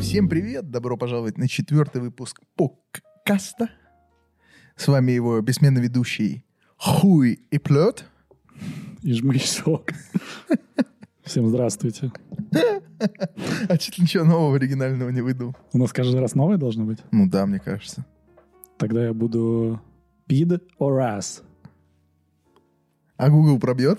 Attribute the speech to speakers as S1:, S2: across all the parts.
S1: Всем привет! Добро пожаловать на четвертый выпуск подкаста. С вами его бессменно ведущий Хуй и Плет.
S2: И жми сок. Всем здравствуйте.
S1: А чуть ли ничего нового оригинального не выдумал.
S2: У нас каждый раз новое должно быть.
S1: Ну да, мне кажется.
S2: Тогда я буду пид or ass.
S1: А Google пробьет?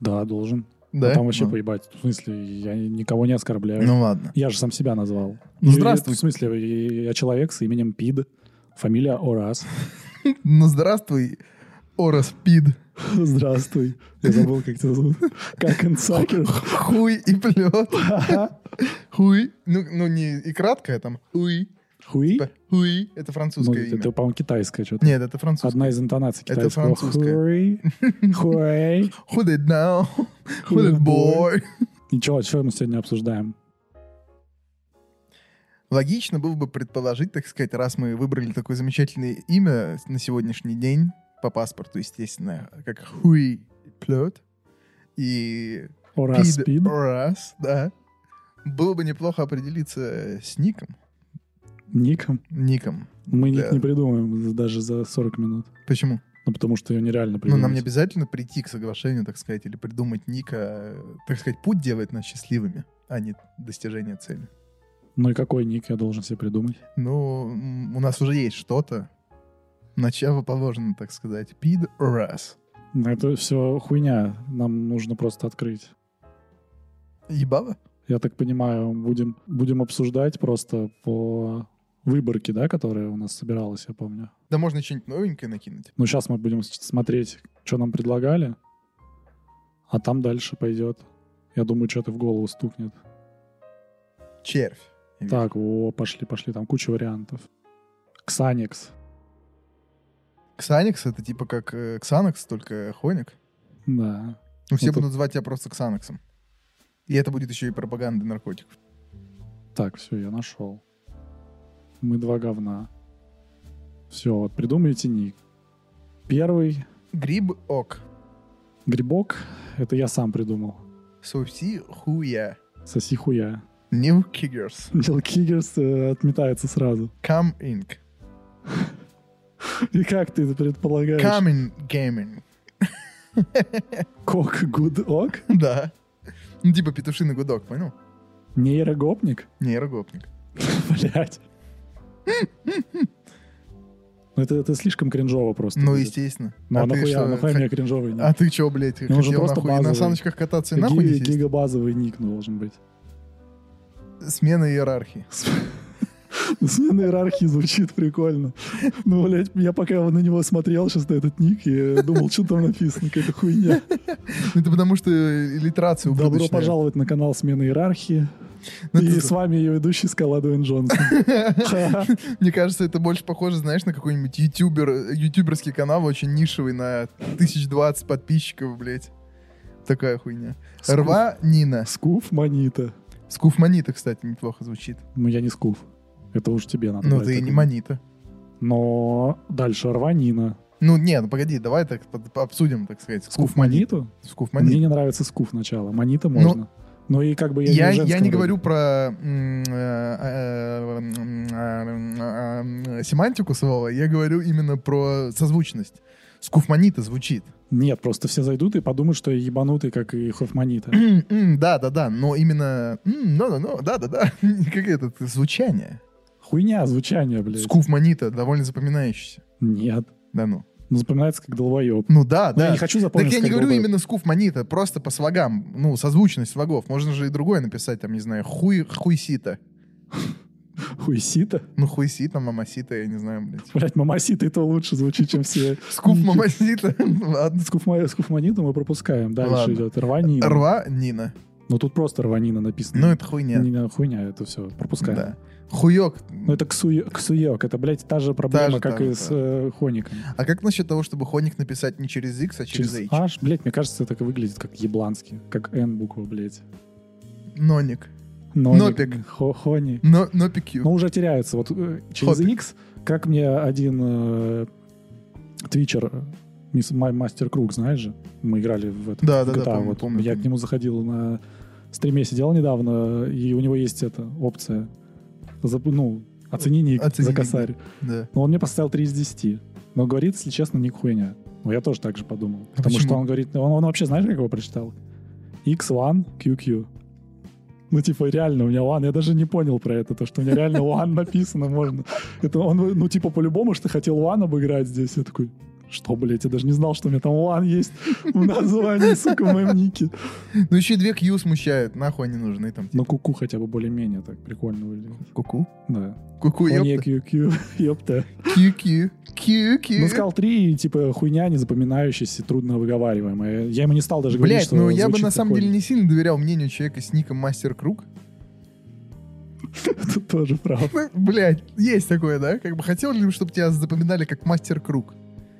S2: Да, должен.
S1: Да?
S2: А там вообще
S1: Ну.
S2: поебать. В смысле, я никого не оскорбляю.
S1: Ну ладно.
S2: Я же сам себя назвал.
S1: Ну,
S2: И-
S1: здравствуй.
S2: В смысле, я человек с именем пид, фамилия Орас.
S1: Ну здравствуй, Орас Пид.
S2: Здравствуй. Я забыл, как тебя зовут. Как инсакер.
S1: Хуй и Плет. Хуй. Ну, ну не и краткое там. Хуй.
S2: Хуи?
S1: Типа, Хуй. Это
S2: Ну,
S1: французское
S2: это,
S1: имя.
S2: по-моему, китайское что-то.
S1: Нет, это французское.
S2: Одна из интонаций
S1: Это
S2: китайского.
S1: французское.
S2: Хуэй. Хуэй.
S1: Who that now? Who
S2: Who
S1: that
S2: that
S1: boy?
S2: И чё, чё мы сегодня обсуждаем?
S1: Логично было бы предположить, так сказать, раз мы выбрали такое замечательное имя на сегодняшний день по паспорту, естественно, как Хуи Плет и
S2: Орас
S1: Пид
S2: пид.
S1: Орас, да. Было бы неплохо определиться с ником.
S2: Ником.
S1: Ником.
S2: Мы ник
S1: Да.
S2: не придумаем даже за 40 минут.
S1: Почему?
S2: Ну, потому что ее нереально
S1: Ну,
S2: придумать.
S1: нам не обязательно прийти к соглашению, так сказать, или придумать ника, э, так сказать, путь делает нас счастливыми, а не достижение цели.
S2: Ну и какой ник я должен себе придумать?
S1: Ну, м, у нас уже есть что-то. Начало положено, так сказать. Пид Орас.
S2: Ну, Это все хуйня. Нам нужно просто открыть.
S1: Ебало?
S2: Я так понимаю, будем, будем обсуждать просто по выборке, да, которая у нас собиралась, я помню.
S1: Да можно что-нибудь новенькое накинуть.
S2: Ну, сейчас мы будем с- смотреть, что нам предлагали, а там дальше пойдет. Я думаю, что-то в голову стукнет.
S1: Червь.
S2: Так, о, пошли, пошли, там куча вариантов. Ксаникс.
S1: Ксаникс это типа как э, Ксанакс, только хоник.
S2: Да.
S1: Ну, все
S2: Ну, тут-
S1: будут звать тебя просто Ксанаксом. И это будет еще и пропаганда наркотиков.
S2: Так, все, я нашел. Мы два говна. Все, вот придумайте ник. Первый
S1: Гриб ок.
S2: грибок это я сам придумал.
S1: Соси хуя.
S2: Соси хуя.
S1: New Kiggers.
S2: Нил Кигерс э, отметается сразу.
S1: Come Inc.
S2: И как ты это предполагаешь?
S1: Coming Gaming.
S2: Кок Гудок?
S1: Да. Ну, типа петушиный гудок, понял?
S2: Нейрогопник?
S1: Нейрогопник.
S2: Блять. Ну это, это слишком кринжово просто.
S1: Ну,
S2: будет.
S1: естественно.
S2: Ну, а,
S1: ты
S2: нахуя,
S1: что,
S2: нахуя
S1: х-
S2: мне кринжовый ник?
S1: А ты чё, блядь,
S2: Ну, он же
S1: хотел
S2: просто
S1: нахуй на
S2: базовый.
S1: саночках кататься и
S2: Ги-
S1: нахуй не сесть?
S2: гигабазовый ник ну, должен быть.
S1: Смена иерархии.
S2: Смена иерархии звучит прикольно. Ну, блядь, я пока на него смотрел сейчас на этот ник и думал, что там написано, какая-то хуйня.
S1: Ну, Это потому что литерация
S2: Добро пожаловать на канал Смена иерархии.
S1: Ну,
S2: И
S1: это-
S2: с вами ее ведущий Скала Дуэн Джонсон. Ха-ха.
S1: Мне кажется, это больше похоже, знаешь, на какой-нибудь ютубер, ютуберский канал, очень нишевый, на 1020 подписчиков, блядь. Такая хуйня.
S2: Скуф-
S1: Рва Нина.
S2: Скуф Манита.
S1: Скуф Манита, кстати, неплохо звучит.
S2: Ну, я не скуф. Это уж тебе надо.
S1: Ну,
S2: брать
S1: ты и
S2: такой.
S1: не Манита.
S2: Но дальше рванина.
S1: Ну, не, ну погоди, давай так под- обсудим, так сказать.
S2: Скуф Маниту?
S1: Скуф
S2: Мне
S1: Манита.
S2: не нравится скуф начало. Манита можно. Ну и как бы я,
S1: Я,
S2: в
S1: я
S2: женском
S1: не
S2: роде.
S1: говорю про м, э, э, м, э, э, э, семантику слова, я говорю именно про созвучность. Скуфманита звучит.
S2: Нет, просто все зайдут и подумают, что я ебанутый, как и Хофманита.
S1: М, м, Да, да, да, но именно... м, Ну, ну, ну, да, да, да. Как это это звучание.
S2: Хуйня, звучание, блядь.
S1: Скуф Манита довольно запоминающийся.
S2: Нет.
S1: Да ну.
S2: Ну, запоминается как долбоеб.
S1: Ну да,
S2: Но я
S1: да.
S2: не хочу
S1: Так
S2: запомнить.
S1: я не
S2: как
S1: говорю
S2: долбоёб.
S1: именно скуф манита, просто по слогам, ну, созвучность слогов. Можно же и другое написать, там, не знаю, хуй, хуйсита.
S2: Хуйсита.
S1: Ну, хуйсита, мамасита, я не знаю, блядь.
S2: Блять, мамасита это лучше звучит, чем все.
S1: Скуф мамасита, ладно.
S2: Скуфма- Скуфманиту мы пропускаем. Дальше
S1: Ладно.
S2: идет рванина.
S1: Рва Нина.
S2: Ну тут просто рванина написано.
S1: Ну, это хуйня.
S2: Не, не, хуйня, это все, пропускаем.
S1: Да. Хуёк.
S2: Ну это ксуё- ксуёк, это, блядь, та же проблема,
S1: же,
S2: как
S1: та же,
S2: и с э, хоником.
S1: А как насчет того, чтобы хоник написать не через X, а через H?
S2: H, блядь, мне кажется, это так и выглядит, как ебланский, как N буква, блядь.
S1: Ноник.
S2: Ноник,
S1: Нопик.
S2: хо- хони.
S1: Но, нопик
S2: Ну, уже теряется. Вот э, через
S1: Хопик.
S2: X, как мне один э, твичер, э, мисс- ма- мастер Круг, знаешь же, мы играли в это.
S1: Да,
S2: в
S1: да, да,
S2: GTA,
S1: помню,
S2: вот.
S1: помню,
S2: Я
S1: помню.
S2: к нему заходил на стриме, сидел недавно, и у него есть эта опция за, ну, оцени ник
S1: Оцени
S2: за
S1: ник, да.
S2: косарь.
S1: Да.
S2: Но он мне поставил 3 из 10. Но говорит, если честно, ник хуйня. Ну, я тоже так же подумал.
S1: А
S2: Потому
S1: почему?
S2: что он говорит... Он, он вообще, знаешь, как его прочитал? X1 QQ. Ну, типа, реально, у меня one. Я даже не понял про это, то, что у меня реально one написано можно. Это он, ну, типа, по-любому, что хотел one обыграть здесь. Я такой, что, блядь, я даже не знал, что у меня там one есть в названии, сука, в моем нике.
S1: Ну еще и две Q смущают, нахуй они нужны там. типа,
S2: Но куку хотя бы более-менее так прикольно выглядит.
S1: Куку.
S2: Да.
S1: Куку,
S2: Хуйня,
S1: ёпта.
S2: QQ, ёпта.
S1: Кью-кью. Кью-кью.
S2: Ну, сказал три, и, типа, хуйня незапоминающаяся, трудно выговариваемая. Я ему не стал даже говорить,
S1: Блять,
S2: что
S1: ну я бы
S2: звучит
S1: на самом деле
S2: прикольно.
S1: не сильно доверял мнению человека с ником Мастер Круг.
S2: Это тоже правда.
S1: Ну, Блять, есть такое, да? Как бы хотел ли, чтобы тебя запоминали как Мастер Круг?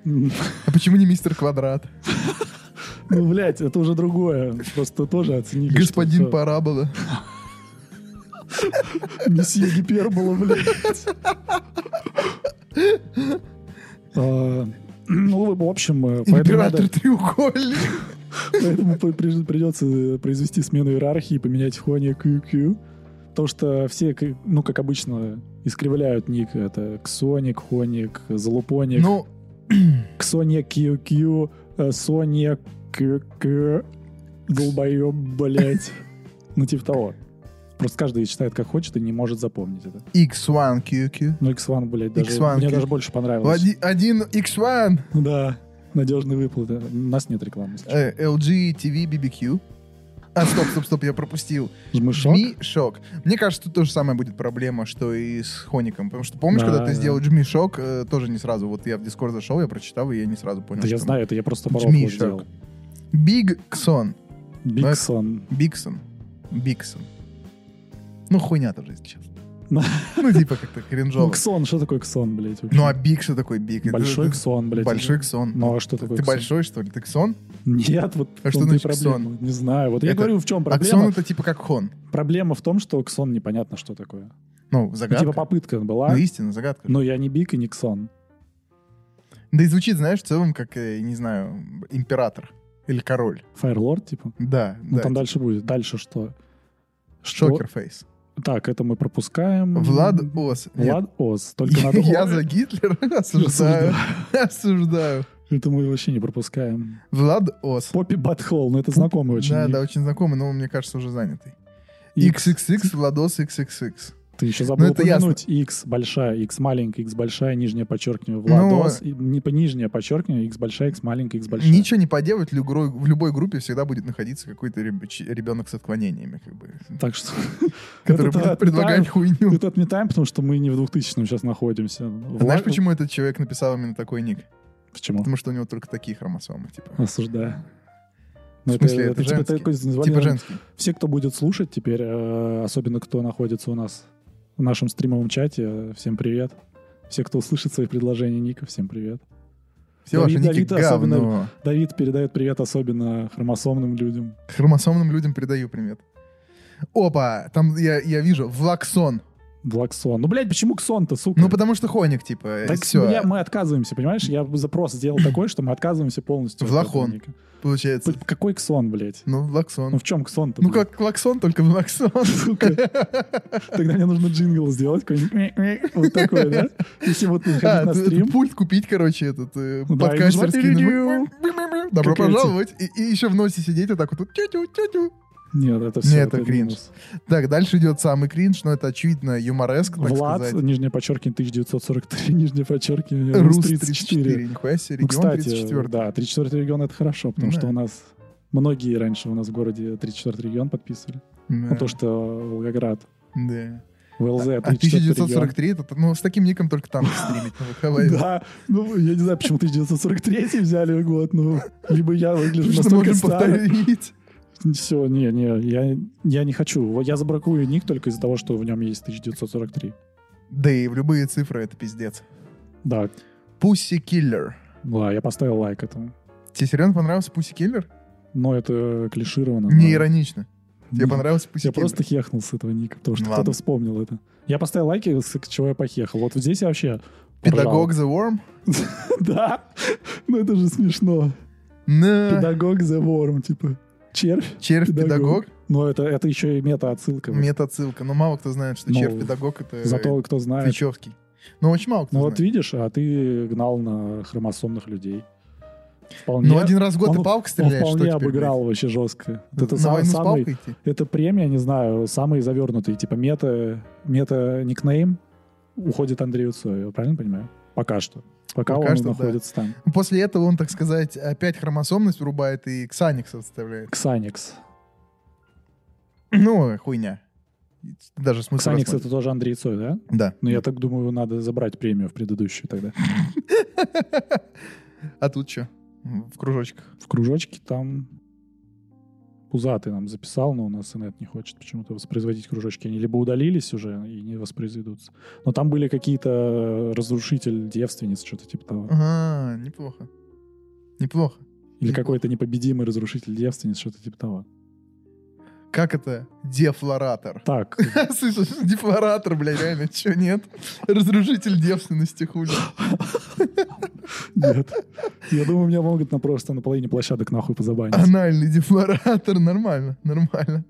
S2: М.
S1: А почему не Мистер Квадрат?
S2: Ну, блядь, это уже другое. Просто тоже оценили. что
S1: Господин
S2: это
S1: Парабола.
S2: Мессия Гипербола, блядь. А, Ну, в общем, э, поэтому
S1: Император
S2: надо-
S1: треугольник.
S2: поэтому при- при- придется произвести смену иерархии, поменять Хони QQ. То, что все, к- ну, как обычно, искривляют ник. Это Ксоник, Хоник, Залупоник.
S1: Ну,
S2: Соня QQ, э, Соня QQ, долбоеб, блять. Ну, типа того. Просто каждый читает как хочет и не может запомнить это.
S1: X1QQ.
S2: Ну, X1, блядь, даже,
S1: X1,
S2: мне
S1: QQ.
S2: даже больше понравилось.
S1: Один- Один X1.
S2: Да, надежный выплаты. У нас нет рекламы. если честно.
S1: Э, LG TV BBQ. А, стоп, стоп, стоп, я пропустил.
S2: Жмышок?
S1: Жми шок. Мне кажется, тут то же самое будет проблема, что и с Хоником. Потому что помнишь,
S2: Да,
S1: когда ты
S2: да.
S1: сделал жми шок, э, тоже не сразу. Вот я в Дискорд зашел, я прочитал, и я не сразу понял.
S2: Да я
S1: что-
S2: знаю, это я просто
S1: Жми
S2: по рофлу
S1: шаг.
S2: сделал.
S1: Бигсон. Ну, это-
S2: Бигсон.
S1: Бигсон. Бигсон. Ну, хуйня тоже, если честно.
S2: Ну.
S1: Ну, типа как-то
S2: Ну,
S1: кринжово.
S2: Ксон, что такое Ксон, блядь? вообще?
S1: Ну, а Биг что такое Биг? Это-
S2: Большой
S1: это-
S2: Ксон, блядь.
S1: Большой ксон.
S2: Ну, а что такое
S1: Ты
S2: ксон?
S1: большой, что ли? Ты ксон?
S2: Нет, вот
S1: А
S2: в
S1: что
S2: том-то и
S1: значит
S2: проблема. Не знаю. Вот я
S1: Это-
S2: говорю, в чем
S1: А
S2: проблема.
S1: ксон это типа как хон.
S2: Проблема в том, что Ксон непонятно, что такое.
S1: Ну,
S2: Ну, Типа
S1: загадка.
S2: попытка была,
S1: Ну, истина, загадка.
S2: но я не Бик и не Ксон.
S1: Да и звучит, знаешь, в целом, как, э, не знаю, император или король.
S2: Фаерлорд, типа.
S1: Да,
S2: Ну,
S1: да.
S2: там дальше будет. Дальше что? Что-
S1: Шокерфейс.
S2: Так, это мы пропускаем.
S1: Влад Ос. Нет,
S2: Влад Оз. Только надо...
S1: Я за Гитлера осуждаю. Осуждаю.
S2: Это мы вообще не пропускаем.
S1: Влад Ос.
S2: Поппи Батхол, ну это знакомый очень.
S1: Да,
S2: ник.
S1: да, очень знакомый, но, мне кажется, уже занятый.
S2: X.
S1: XXX, Владос XXX.
S2: Ты еще забыл
S1: Ну, это ясно.
S2: упомянуть. X большая, X маленькая, X большая, нижняя подчеркивание,
S1: Ну,
S2: Владос. И Не по нижняя подчеркивание, X большая, X маленькая, X большая.
S1: Ничего не поделать, в любой- в любой группе всегда будет находиться какой-то реб- ч- ребенок с отклонениями, как бы,
S2: Так что...
S1: который
S2: это
S1: будет
S2: отметаем.
S1: предлагать хуйню.
S2: Это отметаем, потому что мы не в 2000-м сейчас находимся.
S1: Хм. А Знаешь,
S2: Влад-
S1: почему этот человек написал именно такой ник?
S2: Почему?
S1: Потому что у него только такие хромосомы, типа.
S2: Осуждаю.
S1: В
S2: это-
S1: смысле, это
S2: это типа
S1: женский?
S2: такой звонок.
S1: Типа женский.
S2: Все, кто будет слушать теперь, э, особенно кто находится у нас в нашем стримовом чате, э, всем привет. Все, кто услышит свои предложения Ника, всем привет.
S1: Все ваши
S2: Давид-
S1: ники
S2: Давид особенно-
S1: говно.
S2: Давид передает привет особенно хромосомным людям.
S1: Хромосомным людям передаю привет. Опа, там я, я вижу Влаксон.
S2: Блаксон. Ну, блядь, почему ксон-то, сука?
S1: Ну, потому что Хоник, типа,
S2: Так
S1: все,
S2: я- мы отказываемся, понимаешь? Я запрос сделал такой, что мы отказываемся полностью. от этого
S1: Влахон.
S2: ника.
S1: получается.
S2: П- Какой ксон, блядь?
S1: Ну,
S2: Ну,
S1: Влаксон.
S2: в чем ксон-то?
S1: Ну,
S2: блядь?
S1: как Влаксон, только Влаксон.
S2: Сука. Тогда мне нужно джингл сделать какой-нибудь. Вот такой, да? Если вот ходить
S1: А,
S2: на
S1: т-
S2: стрим.
S1: пульт купить, короче, этот э,
S2: Да, и
S1: подкастерский.
S2: нажимать
S1: нажимать. Добро
S2: Как эти.
S1: пожаловать. И, еще в носе сидеть вот так вот. тут тю-тю, тю-тю.
S2: Нет, это все.
S1: Нет, это кринж. Так, дальше идет самый кринж, но это очевидно юмореск, так
S2: Влад,
S1: сказать.
S2: нижнее подчеркивание, 1943, нижнее подчеркивание,
S1: Рус
S2: Рус
S1: 34. Нихуя себе,
S2: Ну,
S1: регион
S2: кстати,
S1: 34.
S2: да, 34 регион — это хорошо, потому
S1: Да.
S2: что у нас многие раньше у нас в городе 34 регион подписывали. Ну, то, что Волгоград,
S1: Да.
S2: ВЛЗ,
S1: А
S2: 34 регион.
S1: 1943, это, ну, с таким ником только там стримить на выхавай.
S2: Да, ну, я не знаю, почему 1943 взяли год, ну, либо я выгляжу
S1: Потому что
S2: настолько
S1: можем
S2: старо.
S1: повторить.
S2: Все, не, не, я, я не хочу. Вот Я забракую ник только из-за того, что в нем есть 1943.
S1: Да и в любые цифры это пиздец.
S2: Да,
S1: Пусси Киллер.
S2: да, я поставил лайк этому.
S1: Тебе серьезно понравился Пусси Киллер?
S2: Но это клишировано. но-
S1: Не иронично. Тебе
S2: Не.
S1: понравился Пусси
S2: Я просто хехнул с этого ника, потому что
S1: Ну ладно.
S2: кто-то вспомнил это. Я поставил лайки, с чего я похехал. Вот здесь я вообще...
S1: Педагог The Worm?
S2: поржал. Да. Ну это же смешно.
S1: На.
S2: Педагог The Worm, типа. Червь.
S1: Червь-педагог,
S2: Но это, это еще и мета-отсылка. вот.
S1: мета-отсылка. Но мало кто знает, что
S2: Ну,
S1: червь-педагог — это
S2: Зато кто знает.
S1: Твичевский. Но очень мало кто
S2: Ну вот
S1: знает.
S2: видишь, а ты гнал на хромосомных людей. Вполне,
S1: Ну, один раз в год
S2: он-
S1: ты палку
S2: он
S1: стреляешь, что
S2: вполне
S1: теперь,
S2: обыграл вообще жестко. Вот
S1: блядь?
S2: это
S1: На
S2: сам-
S1: войну с
S2: самый,
S1: палкой идти?
S2: это премия, не знаю, самый завернутый, типа мета, мета никнейм уходит Андрею Цою, я правильно понимаю? Пока что. Пока,
S1: Пока
S2: он
S1: что, да.
S2: находится там.
S1: После этого он, так сказать, опять хромосомность врубает и ксаникс отставляет.
S2: Ксаникс.
S1: Ну, хуйня. Даже смысл
S2: Ксаникс
S1: рассматривать.
S2: это тоже Андрей Цой, да?
S1: Да.
S2: Ну я так думаю, надо забрать премию в предыдущую тогда.
S1: А тут что? В кружочках.
S2: В кружочке там пузатый нам записал, но у нас инет не хочет почему-то воспроизводить кружочки. Они либо удалились уже и не воспроизведутся. Но там были какие-то разрушитель девственниц, что-то типа того.
S1: Ага, А, неплохо. Неплохо.
S2: Или какой-то непобедимый разрушитель девственниц, что-то типа того.
S1: Как это? Дефлоратор.
S2: Так,
S1: Слышишь, дефлоратор, бля, реально, чё нет? Разрушитель девственности, хули.
S2: нет. Я думаю, меня могут на просто на половине площадок нахуй позабанить.
S1: Анальный дефлоратор, нормально, нормально.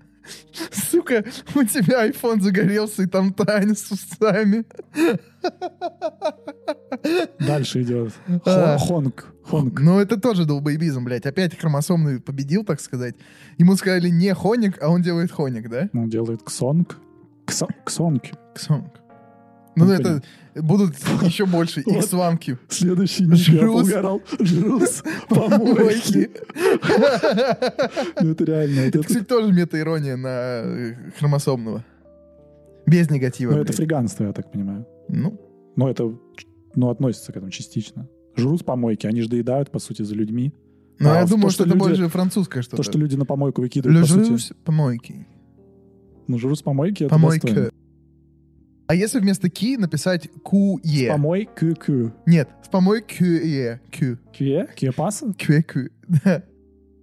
S1: Сука, у тебя iPhone загорелся, и там Таня с усами.
S2: Дальше идет.
S1: А.
S2: Хо- Хонг. Хонг.
S1: Ну, это тоже долбоебизм, блядь. Опять хромосомный победил, так сказать. Ему сказали не хоник, а он делает хоник, да?
S2: Он делает ксонг. Ксо- Ксонг.
S1: Ксонг. Ну,
S2: Ну,
S1: это будут еще больше
S2: Вот.
S1: иксвамки.
S2: Следующий нигер
S1: Жрус.
S2: угорал. Жрус. Помойки.
S1: Помойки.
S2: Ну это реально. вот
S1: Это,
S2: это-
S1: кстати, тоже мета-ирония на э, хромосомного. Без негатива.
S2: Ну, это
S1: блядь.
S2: фриганство, я так понимаю.
S1: Ну,
S2: Но это, ну, относится к этому частично. Жрут с помойки, они же доедают, по сути, за людьми.
S1: но
S2: А
S1: ну, я
S2: в
S1: думаю,
S2: то,
S1: что,
S2: что
S1: это
S2: люди-
S1: больше французское что-то.
S2: То, что люди на помойку выкидывают, по
S1: Лежу
S2: сути.
S1: с помойки.
S2: Ну, жрут с помойки, это
S1: Помойка.
S2: достойно.
S1: А если вместо ки написать куе?
S2: Помой кю кю.
S1: Нет, в помойке кю.
S2: Кье? Кьепаса?
S1: Кю-кю. Да.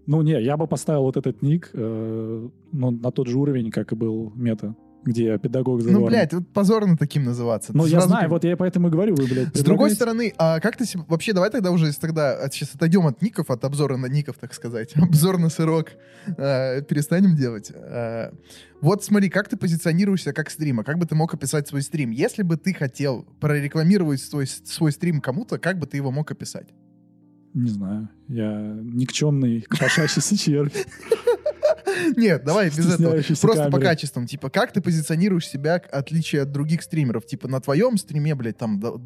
S2: Ну, не, я бы поставил вот этот ник э, ну, на тот же уровень, как и был мета, где педагог за
S1: Ну, блядь, вот позорно таким называться.
S2: Ну,
S1: Ты
S2: я
S1: сразу
S2: знаю,
S1: как-
S2: вот я и поэтому и говорю, вы, блядь,
S1: С другой
S2: предлагаете-
S1: стороны, а как ты себе... Вообще, давай тогда уже тогда... Сейчас отойдем от ников, от обзора на ников, так сказать. Обзор на сырок. э, перестанем делать. Э, вот смотри, как ты позиционируешься как стрима? Как бы ты мог описать свой стрим? Если бы ты хотел прорекламировать свой, свой стрим кому-то, как бы ты его мог описать?
S2: Не знаю, я никчемный, копошащийся червь.
S1: Нет, давай без этого.
S2: Стесняющийся
S1: Просто по
S2: камеры.
S1: качествам. Типа, как ты позиционируешь себя, к отличие от других стримеров? Типа, на твоем стриме, блядь, там до-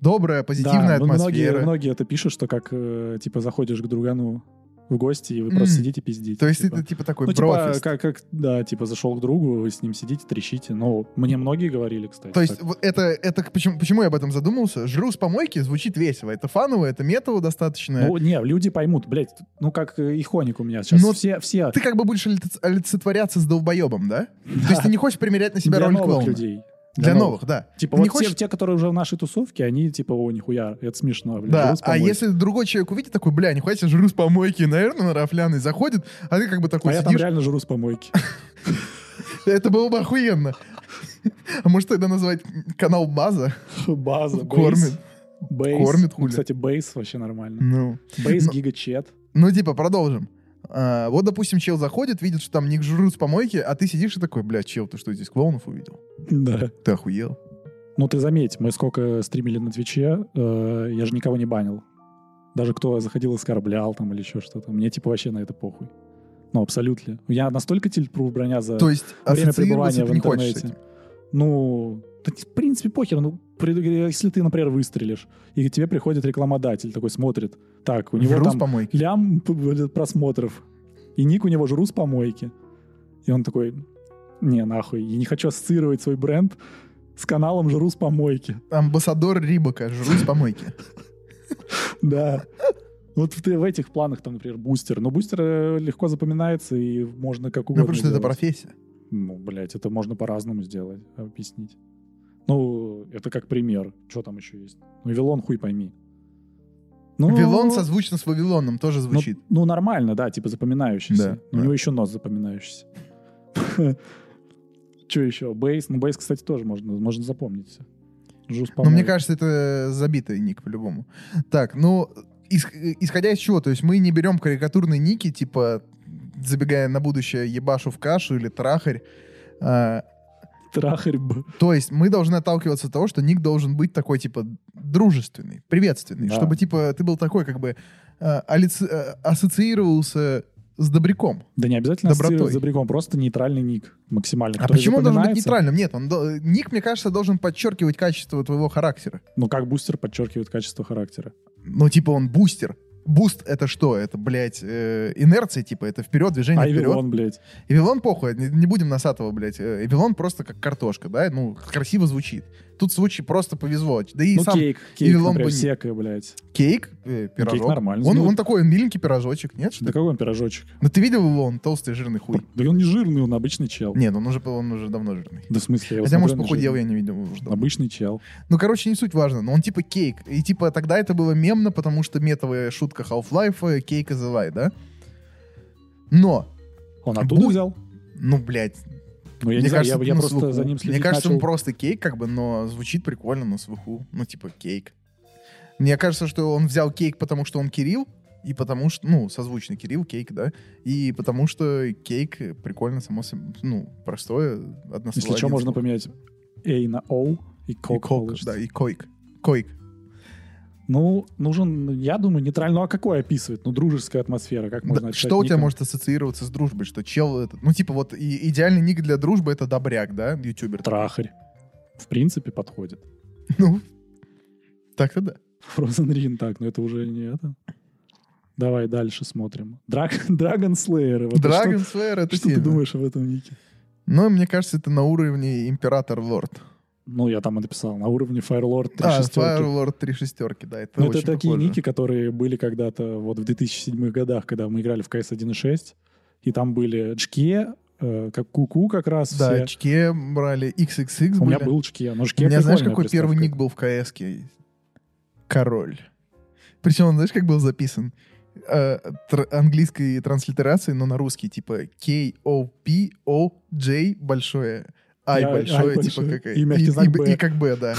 S1: добрая, позитивная
S2: Да, ну, Многие,
S1: атмосфера.
S2: многие это пишут, что как, э, типа, заходишь к другану в гости, и вы просто
S1: М.
S2: сидите пиздите.
S1: То есть
S2: типа.
S1: это типа такой
S2: Ну, типа,
S1: брофист.
S2: как, как, да, типа, зашел к другу, вы с ним сидите, трещите. Ну, мне многие говорили, кстати.
S1: То есть
S2: так.
S1: вот это, это к- почему, почему я об этом задумался? Жру с помойки звучит весело. Это фаново, это металл достаточно.
S2: Ну, не, люди поймут, блядь, ну, как э, иконик у меня сейчас.
S1: Ну,
S2: все, все...
S1: ты как бы будешь олице- олицетворяться с долбоебом, да? То есть ты не хочешь примерять на себя
S2: для
S1: роль
S2: новых
S1: клоуна?
S2: людей.
S1: Для новых, да.
S2: Типа,
S1: Ты
S2: вот
S1: не
S2: те,
S1: хочешь-
S2: те, которые уже в нашей тусовке, они типа, о, нихуя, это смешно, блядь.
S1: Да,
S2: жрут с
S1: а
S2: помойки».
S1: если другой человек увидит такой, бля, нихуя себе жру с помойки, наверное, на рафляный заходит, а ты как бы
S2: А
S1: такой
S2: я там
S1: сидишь,
S2: реально жру с помойки.
S1: это было бы охуенно. А может тогда назвать канал База?
S2: База,
S1: Кормит.
S2: Бейс.
S1: Кормит хули.
S2: Кстати, бейс вообще нормально.
S1: Ну.
S2: Бейс,
S1: Ну.
S2: гигачет.
S1: Ну, типа, продолжим. А, вот, допустим, чел заходит, видит, что там ник жрут с помойки, а ты сидишь и такой, бля, чел, ты что, здесь клоунов увидел?
S2: Да.
S1: Ты охуел?
S2: Ну ты заметь, мы сколько стримили на Твиче, э, я же никого не банил. Даже кто заходил, оскорблял там или еще что-то. Мне типа вообще на это похуй. Ну, абсолютно. Я настолько тильпру броня за
S1: То есть,
S2: время
S1: ассоциироваться ты
S2: пребывания в
S1: не хочешь с
S2: интернете.
S1: этим.
S2: Ну, да, в принципе, похер. Ну, при- если ты, например, выстрелишь, и к тебе приходит рекламодатель, такой смотрит. Так, у него
S1: Жрут с
S2: там
S1: помойки.
S2: лям п- блин, просмотров. И ник у него жру с помойки. И он такой, не, нахуй, я не хочу ассоциировать свой бренд с каналом жру с помойки.
S1: Амбассадор Рибака, жру с помойки. Ну,
S2: Да. Вот в, в этих планах, там, например, бустер. Но бустер э, легко запоминается, и можно как
S1: Ну,
S2: угодно
S1: потому что это
S2: делать.
S1: профессия.
S2: Ну, блядь, это можно по-разному сделать, объяснить. Ну, это как пример. Что там еще есть? Ну, Вилон хуй пойми. Ну,
S1: Вилон созвучно с Вавилоном тоже
S2: ну,
S1: звучит.
S2: ну, нормально, да, типа запоминающийся.
S1: Да,
S2: Но У
S1: да.
S2: него еще нос запоминающийся. Что еще? Бейс? Ну, бейс, кстати, тоже можно, можно запомнить. всё. Жус,
S1: Но Ну, мне
S2: по-моему.
S1: кажется, это забитый ник по-любому. Так, ну, ис- исходя из чего? То есть мы не берем карикатурные ники, типа забегая на будущее, ебашу в кашу или трахарь. а,
S2: Трахарь б.
S1: то есть мы должны отталкиваться от того, что ник должен быть такой, типа, дружественный, приветственный,
S2: Да.
S1: чтобы, типа, ты был такой, как бы, а, алице- а, ассоциировался с добряком.
S2: Да не обязательно
S1: Добротой.
S2: ассоциировать с добряком, просто нейтральный ник максимально.
S1: а
S2: который
S1: почему он должен быть
S2: запоминается.
S1: нейтральным? Нет, он, до- ник, мне кажется, должен подчеркивать качество твоего характера.
S2: Ну как бустер подчеркивает качество характера?
S1: Ну, типа, он бустер. Буст — это что? Это, блядь, э, инерция, типа, это вперед, движение
S2: а
S1: вперед.
S2: Эвилон, блядь.
S1: Эвилон похуй, не, не будем носатого, блядь. Э, Эвилон просто как картошка, да? Ну, красиво звучит. Тут случай просто повезло. Да и
S2: ну
S1: сам
S2: кейк, кейк,
S1: Эвилон
S2: например,
S1: бы не-
S2: секая, блядь.
S1: кейк, э, пирожок.
S2: Кейк нормально.
S1: Он,
S2: Ну,
S1: он такой миленький пирожочек, нет? Что
S2: Да
S1: ли?
S2: какой он пирожочек?
S1: Ну, ты видел его, он толстый, жирный хуй?
S2: Да он не жирный, он обычный чел.
S1: Нет, он уже, был- он уже давно жирный.
S2: Да в смысле? я его
S1: Хотя,
S2: смотрю,
S1: может,
S2: он не
S1: похудел,
S2: жирный.
S1: я не видел. его уже давно.
S2: Обычный чел.
S1: Ну, короче, не суть важно, но он типа кейк. И типа тогда это было мемно, потому что метовая шутка Half-Life, э, кейк из Элай, да? Но,
S2: Он оттуда
S1: Будь-
S2: взял?
S1: ну, блядь,
S2: Ну,
S1: мне
S2: я не знаю,
S1: кажется,
S2: я,
S1: это
S2: я
S1: на
S2: просто
S1: слуху.
S2: за ним следить
S1: Мне кажется, он
S2: начал.
S1: просто кейк, как бы, но звучит прикольно на слуху. Ну, типа, кейк. Мне кажется, что он взял кейк, потому что он Кирилл, и потому что, ну, созвучный Кирилл, кейк, да, и потому что кейк прикольно, само собой, ну, простое, однословное.
S2: Если что, можно
S1: слово.
S2: поменять A на O и
S1: И
S2: кок
S1: кок,
S2: получится.
S1: да, и койк. Койк.
S2: Ну, нужен, я думаю, нейтрально. Ну, а какой описывает? Ну, дружеская атмосфера, как можно
S1: Да,
S2: описать
S1: что у тебя
S2: ником?
S1: может ассоциироваться с дружбой? Что чел, этот- ну, типа, вот и- идеальный ник для дружбы — это добряк, да, ютубер?
S2: Трахарь. В принципе, подходит.
S1: Ну, так-то да.
S2: Frozen Ring, ну так, но это уже не это. Давай дальше смотрим. Драг- Dragon Slayer. вот это
S1: Dragon ну.
S2: что-
S1: Slayer — это
S2: Что, ты
S1: сильно.
S2: думаешь об этом нике?
S1: Но мне кажется, это на уровне Император Лорд.
S2: Ну, я там и написал, на уровне Firelord 3
S1: А,
S2: шестерки.
S1: Fire Lord три шестерки, да, это
S2: Ну, это
S1: очень
S2: такие
S1: похоже.
S2: ники, которые были когда-то вот в 2007 годах, когда мы играли в CS 1.6, и там были Джке, э, как Куку как раз
S1: Да,
S2: все.
S1: очки брали, XXX
S2: У
S1: были.
S2: меня был Джке, но
S1: У
S2: Джке
S1: меня, знаешь,
S2: прикольная
S1: какой первый
S2: приставка.
S1: ник был в кс -ке? Король. Причем он, знаешь, как был записан? Э, тр- английской транслитерации, но на русский, типа K-O-P-O-J большое. Ай
S2: Я- I
S1: большое, типа
S2: большое.
S1: какая.
S2: И мягкий знак
S1: б-
S2: «Б».
S1: и как Б, да.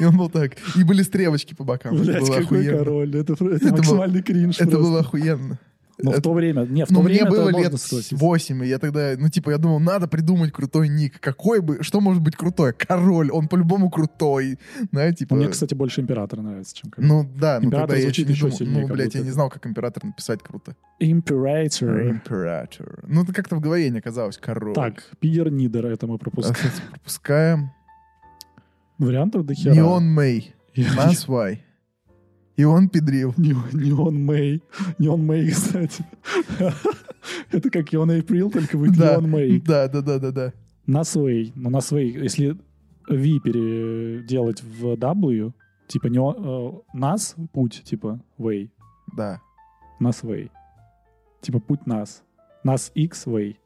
S1: И он был так. И были стрелочки по бокам. Это
S2: Блядь,
S1: было
S2: какой
S1: охуенно.
S2: король, это, это
S1: Это был-
S2: максимальный кринж
S1: Это
S2: просто.
S1: было охуенно.
S2: Но в то время, не, в то
S1: Ну, мне
S2: время это
S1: было
S2: можно
S1: лет
S2: согласиться.
S1: 8, и я тогда, ну, типа, я думал, надо придумать крутой ник. Какой бы, что может быть крутое? Король, он по-любому крутой. Да, типа...
S2: Ну, Мне, кстати, больше Императора нравится, чем как...
S1: ну, да, ну,
S2: «Император»
S1: тогда я
S2: звучит
S1: еще не
S2: еще
S1: думал.
S2: сильнее,
S1: Ну,
S2: как
S1: блядь,
S2: будто
S1: я не
S2: это.
S1: знал, как император написать круто.
S2: Imperator.
S1: Император. Ну, это как-то в голове не оказалось. Король.
S2: Так, Пигер Нидер, это мы пропускаем.
S1: Сейчас пропускаем.
S2: Вариантов до хера.
S1: Неон Мэй.
S2: Я-
S1: That's why. И он педрил.
S2: Не, не он Мэй. Не он Мэй, кстати. Это как он Эйприл, только будет не
S1: Да.
S2: он Мэй.
S1: Да, да, да, да, да.
S2: Насвей. Но Насвей, ну, если V переделать в W, типа не он- э, нас, путь, типа way,
S1: Да.
S2: нас way. Типа путь нас. Нас X, way,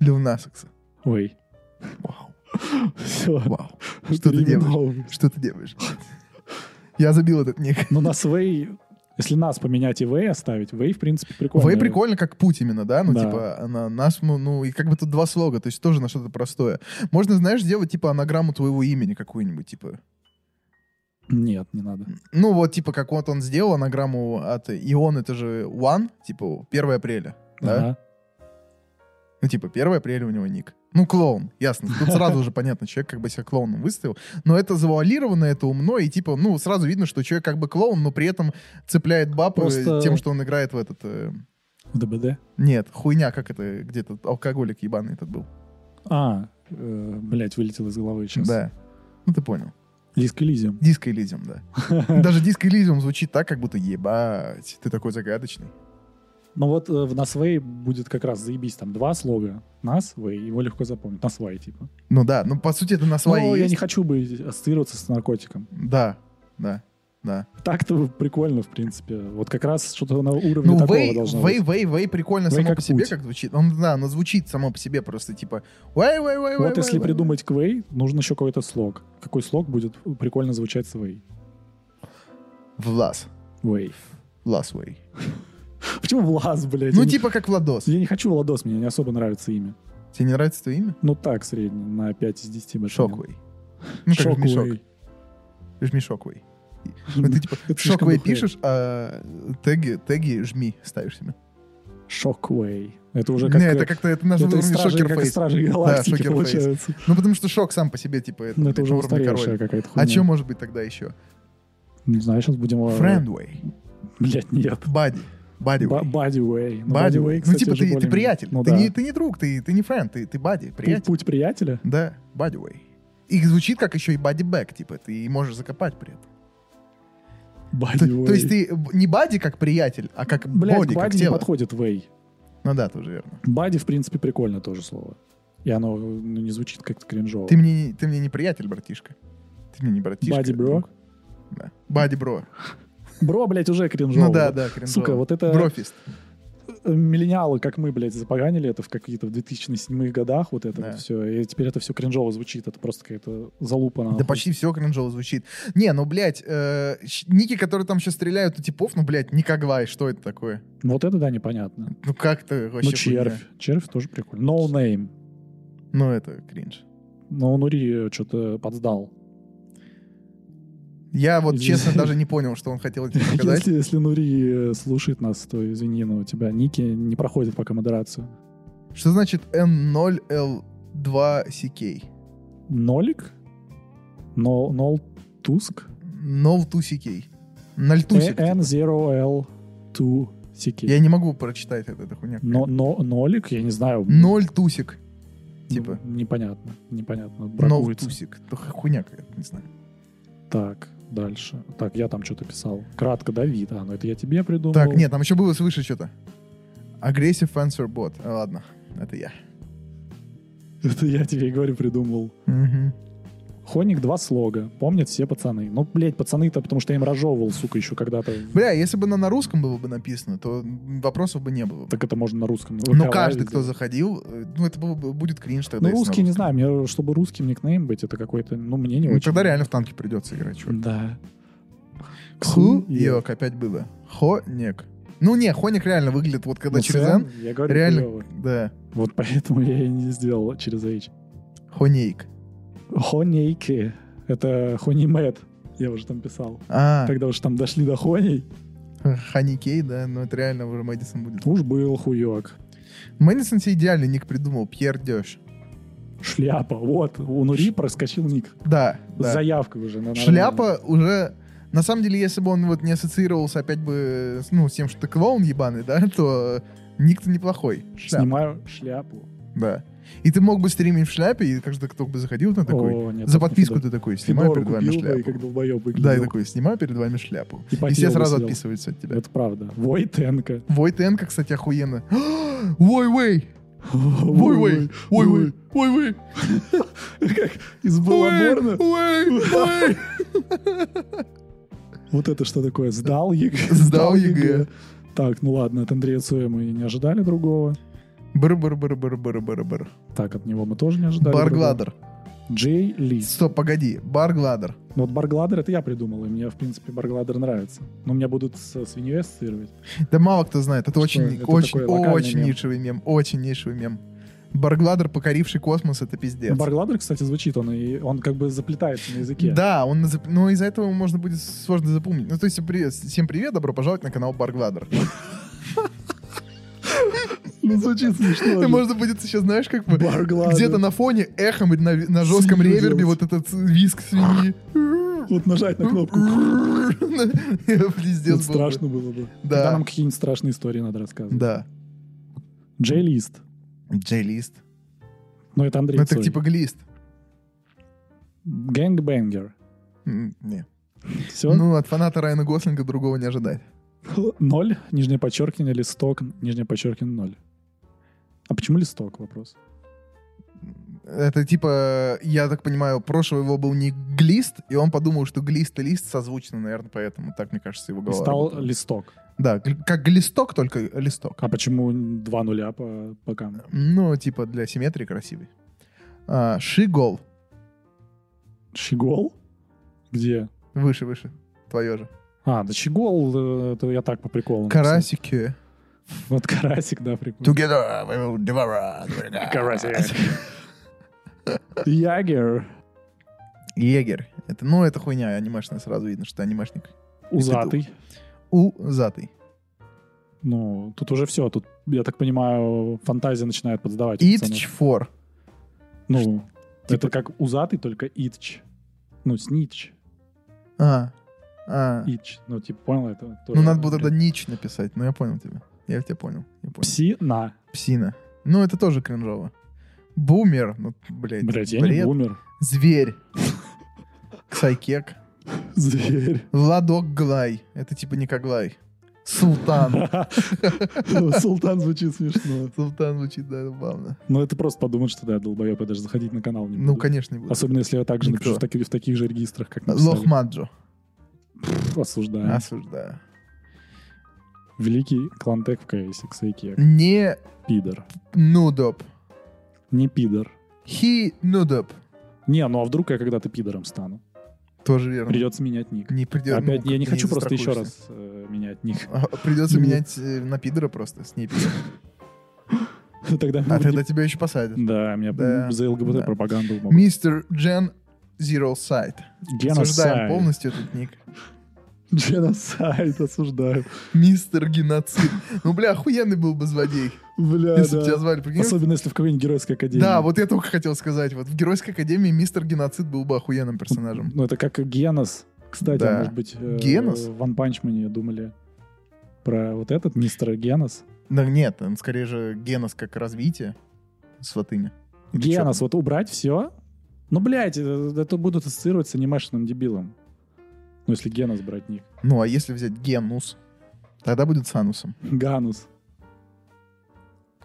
S1: Лил Насакса.
S2: way.
S1: Вау.
S2: Все.
S1: Вау. Что ты Что ты делаешь? Я забил этот ник.
S2: Ну, нас Вэй, если нас поменять и Вэй оставить, Вэй, в принципе, прикольно.
S1: Вэй прикольно, как путь именно, да? Ну,
S2: Да.
S1: типа, на нас, ну, ну, и как бы тут два слога, то есть тоже на что-то простое. Можно, знаешь, делать, типа, анаграмму твоего имени какую-нибудь, типа.
S2: Нет, не надо.
S1: Ну, вот, типа, как вот он сделал анаграмму от Ион, это же One, типа, 1 апреля, да?
S2: Ага.
S1: Ну, типа, 1 апреля у него ник. Ну, клоун, ясно. Тут сразу уже понятно, человек как бы себя клоуном выставил. Но это завуалировано, это умно, и типа, ну, сразу видно, что человек как бы клоун, но при этом цепляет баб э,
S2: Просто-
S1: тем, что он играет в этот... э,
S2: В ДБД.
S1: Нет, хуйня, как это, где-то алкоголик ебаный этот был.
S2: А, э, блядь, вылетел из головы сейчас.
S1: Да. Ну, ты понял.
S2: Диск Элизиум.
S1: Диско Элизиум, да. Даже Диско Элизиум звучит так, как будто ебать, ты такой загадочный.
S2: Но вот э, в Нас Вэй будет как раз заебись, там два слога. Нас Вэй, его легко запомнить. Нас Вэй, типа.
S1: Ну да, ну по сути это на своей
S2: Но я
S1: есть.
S2: не хочу бы ассоциироваться с наркотиком.
S1: Да, да, да.
S2: Так-то прикольно, в принципе. Вот как раз что-то на уровне
S1: Ну,
S2: такого
S1: вей,
S2: должно
S1: вей,
S2: быть.
S1: вей, вей прикольно
S2: Вэй
S1: само
S2: как
S1: по себе,
S2: путь.
S1: как звучит. Он, да, оно звучит само по себе просто типа вей, вей, вей,
S2: Вот
S1: вей,
S2: если
S1: вей, вей.
S2: придумать Квей, нужен еще какой-то слог. Какой слог будет прикольно звучать с Вэй?
S1: Влас.
S2: Вэй.
S1: Влас Вэй.
S2: Почему Влас, блядь?
S1: Ну
S2: Я не-
S1: типа как Владос.
S2: Я не хочу Владос, мне не особо нравится имя.
S1: Тебе не нравится твое имя?
S2: Ну так, средний, на 5 из 10. бы оценил.
S1: Шоквей. Ну как мешок.
S2: Шоквей.
S1: Жми Шоквей. Ну ты типа
S2: Это слишком
S1: Шоквей
S2: дохуя.
S1: пишешь, а теги, теги жми, ставишь себе.
S2: Shockway. Это уже как... э, ну,
S1: Не, это как-то это наш
S2: это
S1: уровень
S2: из стражи,
S1: шокер
S2: как из стражи галактики
S1: Shocker Face.
S2: получается.
S1: Ну, потому что шок сам по себе, типа, это,
S2: Ну,
S1: блядь,
S2: это уже
S1: уровня
S2: устаревшая
S1: король.
S2: какая-то хуйня.
S1: А что может быть тогда еще?
S2: Не знаю, сейчас будем... э,
S1: Friendway.
S2: Блядь, нет.
S1: Бади. Бади.
S2: Ба- Badway. Ну,
S1: Бади.
S2: Badway,
S1: Ну,
S2: кстати,
S1: типа,
S2: уже
S1: ты, ты
S2: более-менее.
S1: приятель.
S2: Ну
S1: ты,
S2: да.
S1: не, ты не друг, ты, ты не френд, ты, ты бади,
S2: Пу-
S1: приятель.
S2: Путь приятеля?
S1: Да, бадивей. И звучит как еще и бадибэк, типа, ты можешь закопать при этом. То,
S2: Badway.
S1: то есть ты не бади как приятель, а как
S2: Блядь,
S1: боди,
S2: к
S1: как
S2: Бади не
S1: тело.
S2: подходит Way.
S1: Ну да, тоже верно.
S2: Бади, в принципе, прикольно тоже слово. И оно ну, не звучит как-то кринжово.
S1: Ты мне, не- ты мне не приятель, братишка. Ты мне не братишка.
S2: Бади, бро.
S1: друг. Да. Бади бро.
S2: Бро, блядь, уже кринжово.
S1: Ну да, да, кринжово.
S2: Сука, вот это-
S1: Брофист.
S2: Э, Миллениалы, как мы, блядь, запоганили это в какие-то в 2007 годах, вот это
S1: Да.
S2: вот все. И теперь это все кринжово звучит, это просто какая-то залупа нахуй.
S1: Да почти все кринжово звучит. Не, ну, блядь, э, щ- ники, которые там сейчас стреляют у типов, ну, блядь, никогвай, что это такое?
S2: Вот это, да, непонятно.
S1: Ну, как ты вообще...
S2: ну, червь.
S1: хуйня?
S2: Червь тоже прикольно. No name.
S1: Ну, это кринж.
S2: Но Нури что-то подсдал.
S1: Я вот,
S2: Извини.
S1: честно, даже не понял, что он хотел этим показать.
S2: Если, если Нури э, слушает нас, то извини, но у тебя ники не проходят пока модерацию.
S1: Что значит N0L2CK?
S2: Нолик? Но, нол Туск?
S1: Нолтусикей. Нальтусик.
S2: Э, N0L2CK.
S1: типа. Я не могу прочитать это, это хуйня.
S2: Но, но, нолик? Я не знаю.
S1: Ноль тусик. Типа.
S2: Ну, непонятно, непонятно.
S1: Нол
S2: Бракуется.
S1: тусик. Да х- Хуйня какая-то, не знаю.
S2: Так, дальше. Так, я там что-то писал. Кратко, Давид. А, ну это я тебе придумал.
S1: Так, нет, там еще было свыше что-то. Aggressive Answer Bot. А, Ладно, это я.
S2: Это я тебе и говорю, придумал.
S1: Мгм.
S2: Хоник два слога. Помнят все пацаны. Ну, блядь, пацаны-то, потому что я им разжевывал, сука, еще когда-то.
S1: Бля, если бы на, на русском было бы написано, то м, вопросов бы не было. бы.
S2: Так это можно на русском.
S1: Но
S2: Выковали,
S1: Ну, каждый, кто
S2: да.
S1: заходил, э, ну это было бы- будет кринж тогда.
S2: Ну,
S1: если на
S2: русский, не
S1: русском.
S2: знаю, мне, чтобы русским никнейм быть, это какой-то, ну, мне не
S1: Ну,
S2: очень.
S1: тогда реально в танке придется играть, чувак.
S2: Да.
S1: Ху,
S2: и-
S1: йок, опять было. Хоник. Ну не, хоник реально выглядит вот когда
S2: Ну,
S1: через
S2: Сэн,
S1: N.
S2: я говорю,
S1: реально-
S2: хуёво.
S1: Да,
S2: Вот поэтому я и не сделал через H.
S1: хонейк.
S2: Хонейки. Это хонимед. Я уже там писал.
S1: А,
S2: Тогда уж там дошли до хоней.
S1: Ханикей, да, но это реально уже Мэдисон будет.
S2: Уж был хуёк.
S1: Мэдисон себе идеальный ник придумал, Пьер Дёш.
S2: Шляпа. Вот, у Нури проскочил ник.
S1: Да,
S2: С
S1: да.
S2: заявкой уже. на нормальный.
S1: Шляпа уже... На самом деле, если бы он вот не ассоциировался опять бы с, ну, с тем, что ты клоун ебаный, да, то ник-то неплохой. Шляпа,
S2: Снимаю шляпу.
S1: да. И ты мог бы стримить в шляпе, и каждый, кто бы заходил, ты такой...
S2: О, нет,
S1: за
S2: это
S1: подписку
S2: Федор.
S1: ты такой, снимаю
S2: Федору
S1: перед вами
S2: купил бы и
S1: шляпу.
S2: как долбоёб
S1: Да, и
S2: выглядел.
S1: такой, снимаю перед вами шляпу.
S2: И
S1: И все
S2: потел
S1: сразу
S2: выстрел.
S1: отписываются от тебя.
S2: Это правда. Войтенко.
S1: Войтенко, кстати, охуенно. Вой-вей! Вой-вей!
S2: Вой-вой.
S1: Вой-вей! Вой-вей!
S2: Из Балаборна.
S1: Вой-вей!
S2: Вот это что такое? Сдал ЕГЭ.
S1: Сдал ЕГЭ.
S2: Так, ну ладно, от Андрея Цоя мы и не ожидали другого.
S1: Бр-бр-бр-бр-бр-бр-бр.
S2: Так, от него мы тоже не ожидали. другого.
S1: Баргладер.
S2: Джей Ли.
S1: Стоп, погоди. Баргладер.
S2: Ну вот Баргладер это я придумал, и мне, в принципе, Баргладер нравится. Но меня будут с свиньей ассоциировать.
S1: Да мало кто знает. Это
S2: Что,
S1: очень,
S2: это
S1: очень,
S2: такой локальный
S1: очень
S2: мем?
S1: нишевый мем. Очень нишевый мем. Баргладер, покоривший космос, это пиздец.
S2: Но Баргладер, кстати, звучит, он, и он как бы заплетается на языке.
S1: Да, он, зап- но из-за этого можно будет сложно запомнить. Ну, то есть, привет, всем привет, добро пожаловать на канал Баргладер.
S2: Ну, звучит смешно.
S1: И
S2: же.
S1: Можно будет еще, знаешь, как бы
S2: Баргладер.
S1: где-то на фоне эхом или на, на жестком
S2: Свинью
S1: ревербе
S2: делать.
S1: вот этот виск свиньи.
S2: Вот нажать на кнопку.
S1: Пиздец
S2: Вот
S1: был бы.
S2: страшно было бы.
S1: Да.
S2: Тогда нам какие-нибудь страшные истории надо рассказывать.
S1: Да.
S2: Джей Лист.
S1: Джей-лист.
S2: Ну, это Андрей
S1: Ну, это
S2: Цой.
S1: типа глист.
S2: Гэнгбэнгер.
S1: М, Не.
S2: Все?
S1: Ну, от фаната Райана Гослинга другого не ожидать.
S2: Ноль, нижнее подчеркивание, листок, нижнее подчеркивание, ноль. А почему листок, вопрос?
S1: Это типа, я так понимаю, прошлого его был не глист, и он подумал, что глист и лист созвучны, наверное, поэтому так, мне кажется, его
S2: И
S1: голова.
S2: стал
S1: работала.
S2: листок.
S1: Да, гл- как глисток, только листок.
S2: А почему два нуля по бокам?
S1: Ну, типа, для симметрии красивый. А, шигол.
S2: Щегол? Где?
S1: Выше, выше. Твое же.
S2: А, да щегол, э, это я так по приколу. написал.
S1: Карасики.
S2: Вот карасик, да, прикольно.
S1: Together we will devour the world.
S2: Ягер.
S1: Егерь. Это, ну, это хуйня анимешная, сразу видно, что ты анимешник.
S2: Узатый.
S1: Узатый.
S2: Ну, тут уже все. Тут, я так понимаю, фантазия начинает подсдавать. у пацанов.
S1: Itch for.
S2: Ну,
S1: типа
S2: это как узатый, только itch. Ну, снич,
S1: А. а.
S2: itch. Ну, типа, понял это?
S1: Ну, надо было тогда нич написать, но я понял тебя. Я тебя понял. Я понял.
S2: Псина.
S1: Псина. Ну, это тоже кринжово. Бумер. Ну, блядь.
S2: Блять, я не
S1: бред.
S2: бумер.
S1: Зверь. Ксайкек.
S2: Зверь.
S1: Ладок Глай. Это типа не Коглай. Султан.
S2: Ну, Султан звучит смешно.
S1: Султан звучит, да, забавно.
S2: Ну, это просто подумать, что да, долбоеб, я даже заходить на канал не буду.
S1: Ну, конечно, не буду.
S2: Особенно, если я также напишу
S1: Никто.
S2: в таки- в таких же регистрах, как написали.
S1: Лохмаджо.
S2: Пф, Осуждаю.
S1: Осуждаю.
S2: Великий клантек в КС, ксайке.
S1: Не
S2: Пидор.
S1: нудоп.
S2: Не пидор.
S1: Хи нудоп.
S2: Не, ну а вдруг я когда-то пидором стану?
S1: Тоже верно.
S2: Придется менять ник.
S1: Не Ну, придет.
S2: Опять, я не хочу просто еще раз э, менять ник.
S1: Придется
S2: Нет.
S1: А, менять э, на пидора просто с ней. пидор.
S2: Тогда...
S1: А
S2: будет-
S1: тогда тебя еще посадят.
S2: Да, меня
S1: Да.
S2: за
S1: Да.
S2: ЛГБТ-пропаганду могут.
S1: Мистер Джен Zero Сайт. Осуждаем
S2: Геносайд.
S1: полностью этот ник.
S2: Геносайд осуждаю.
S1: Мистер Геноцид. Ну, бля, охуенный был бы злодей.
S2: Бля,
S1: Если бы
S2: да.
S1: тебя звали, прикинь,
S2: Особенно если в какой-нибудь геройской академии.
S1: Да, вот я только хотел сказать. Вот в Геройской Академии мистер Геноцид был бы охуенным персонажем.
S2: Ну, это как Генос. Кстати,
S1: Да.
S2: может быть, э,
S1: Генос?
S2: в One Punch Man думали про вот этот мистер Генос.
S1: Да нет, он скорее же Генос как развитие с латыни. Или чё
S2: Генос,
S1: там?
S2: вот убрать все. Ну, блядь, это, это будут ассоциировать с анимешным дебилом. Ну, если Генос брать ник.
S1: Ну, а если взять Генус, тогда будет Санусом.
S2: Ганус.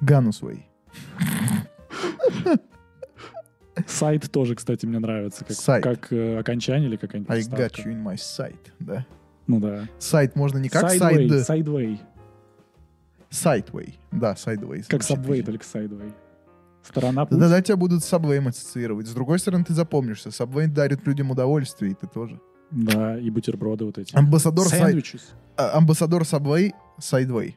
S1: Ганус Уэй.
S2: Сайт тоже, кстати, мне нравится. Как,
S1: Сайт.
S2: как э, окончание или какая-нибудь
S1: I got
S2: вставка.
S1: you in my sight, да.
S2: Ну да.
S1: Сайт можно не как сайд...
S2: Sideways, Sideways.
S1: Sideway. Да, Sideways.
S2: Как
S1: звучит
S2: Subway,
S1: отлично.
S2: только Sideway. Сторона пути.
S1: Да-да, тебя будут с Subway ассоциировать. С другой стороны, ты запомнишься. Subway дарит людям удовольствие, и ты тоже.
S2: Да, и бутерброды вот эти.
S1: Амбассадор, Сай...
S2: Сэндвичес.
S1: а, амбассадор Subway, Sideway.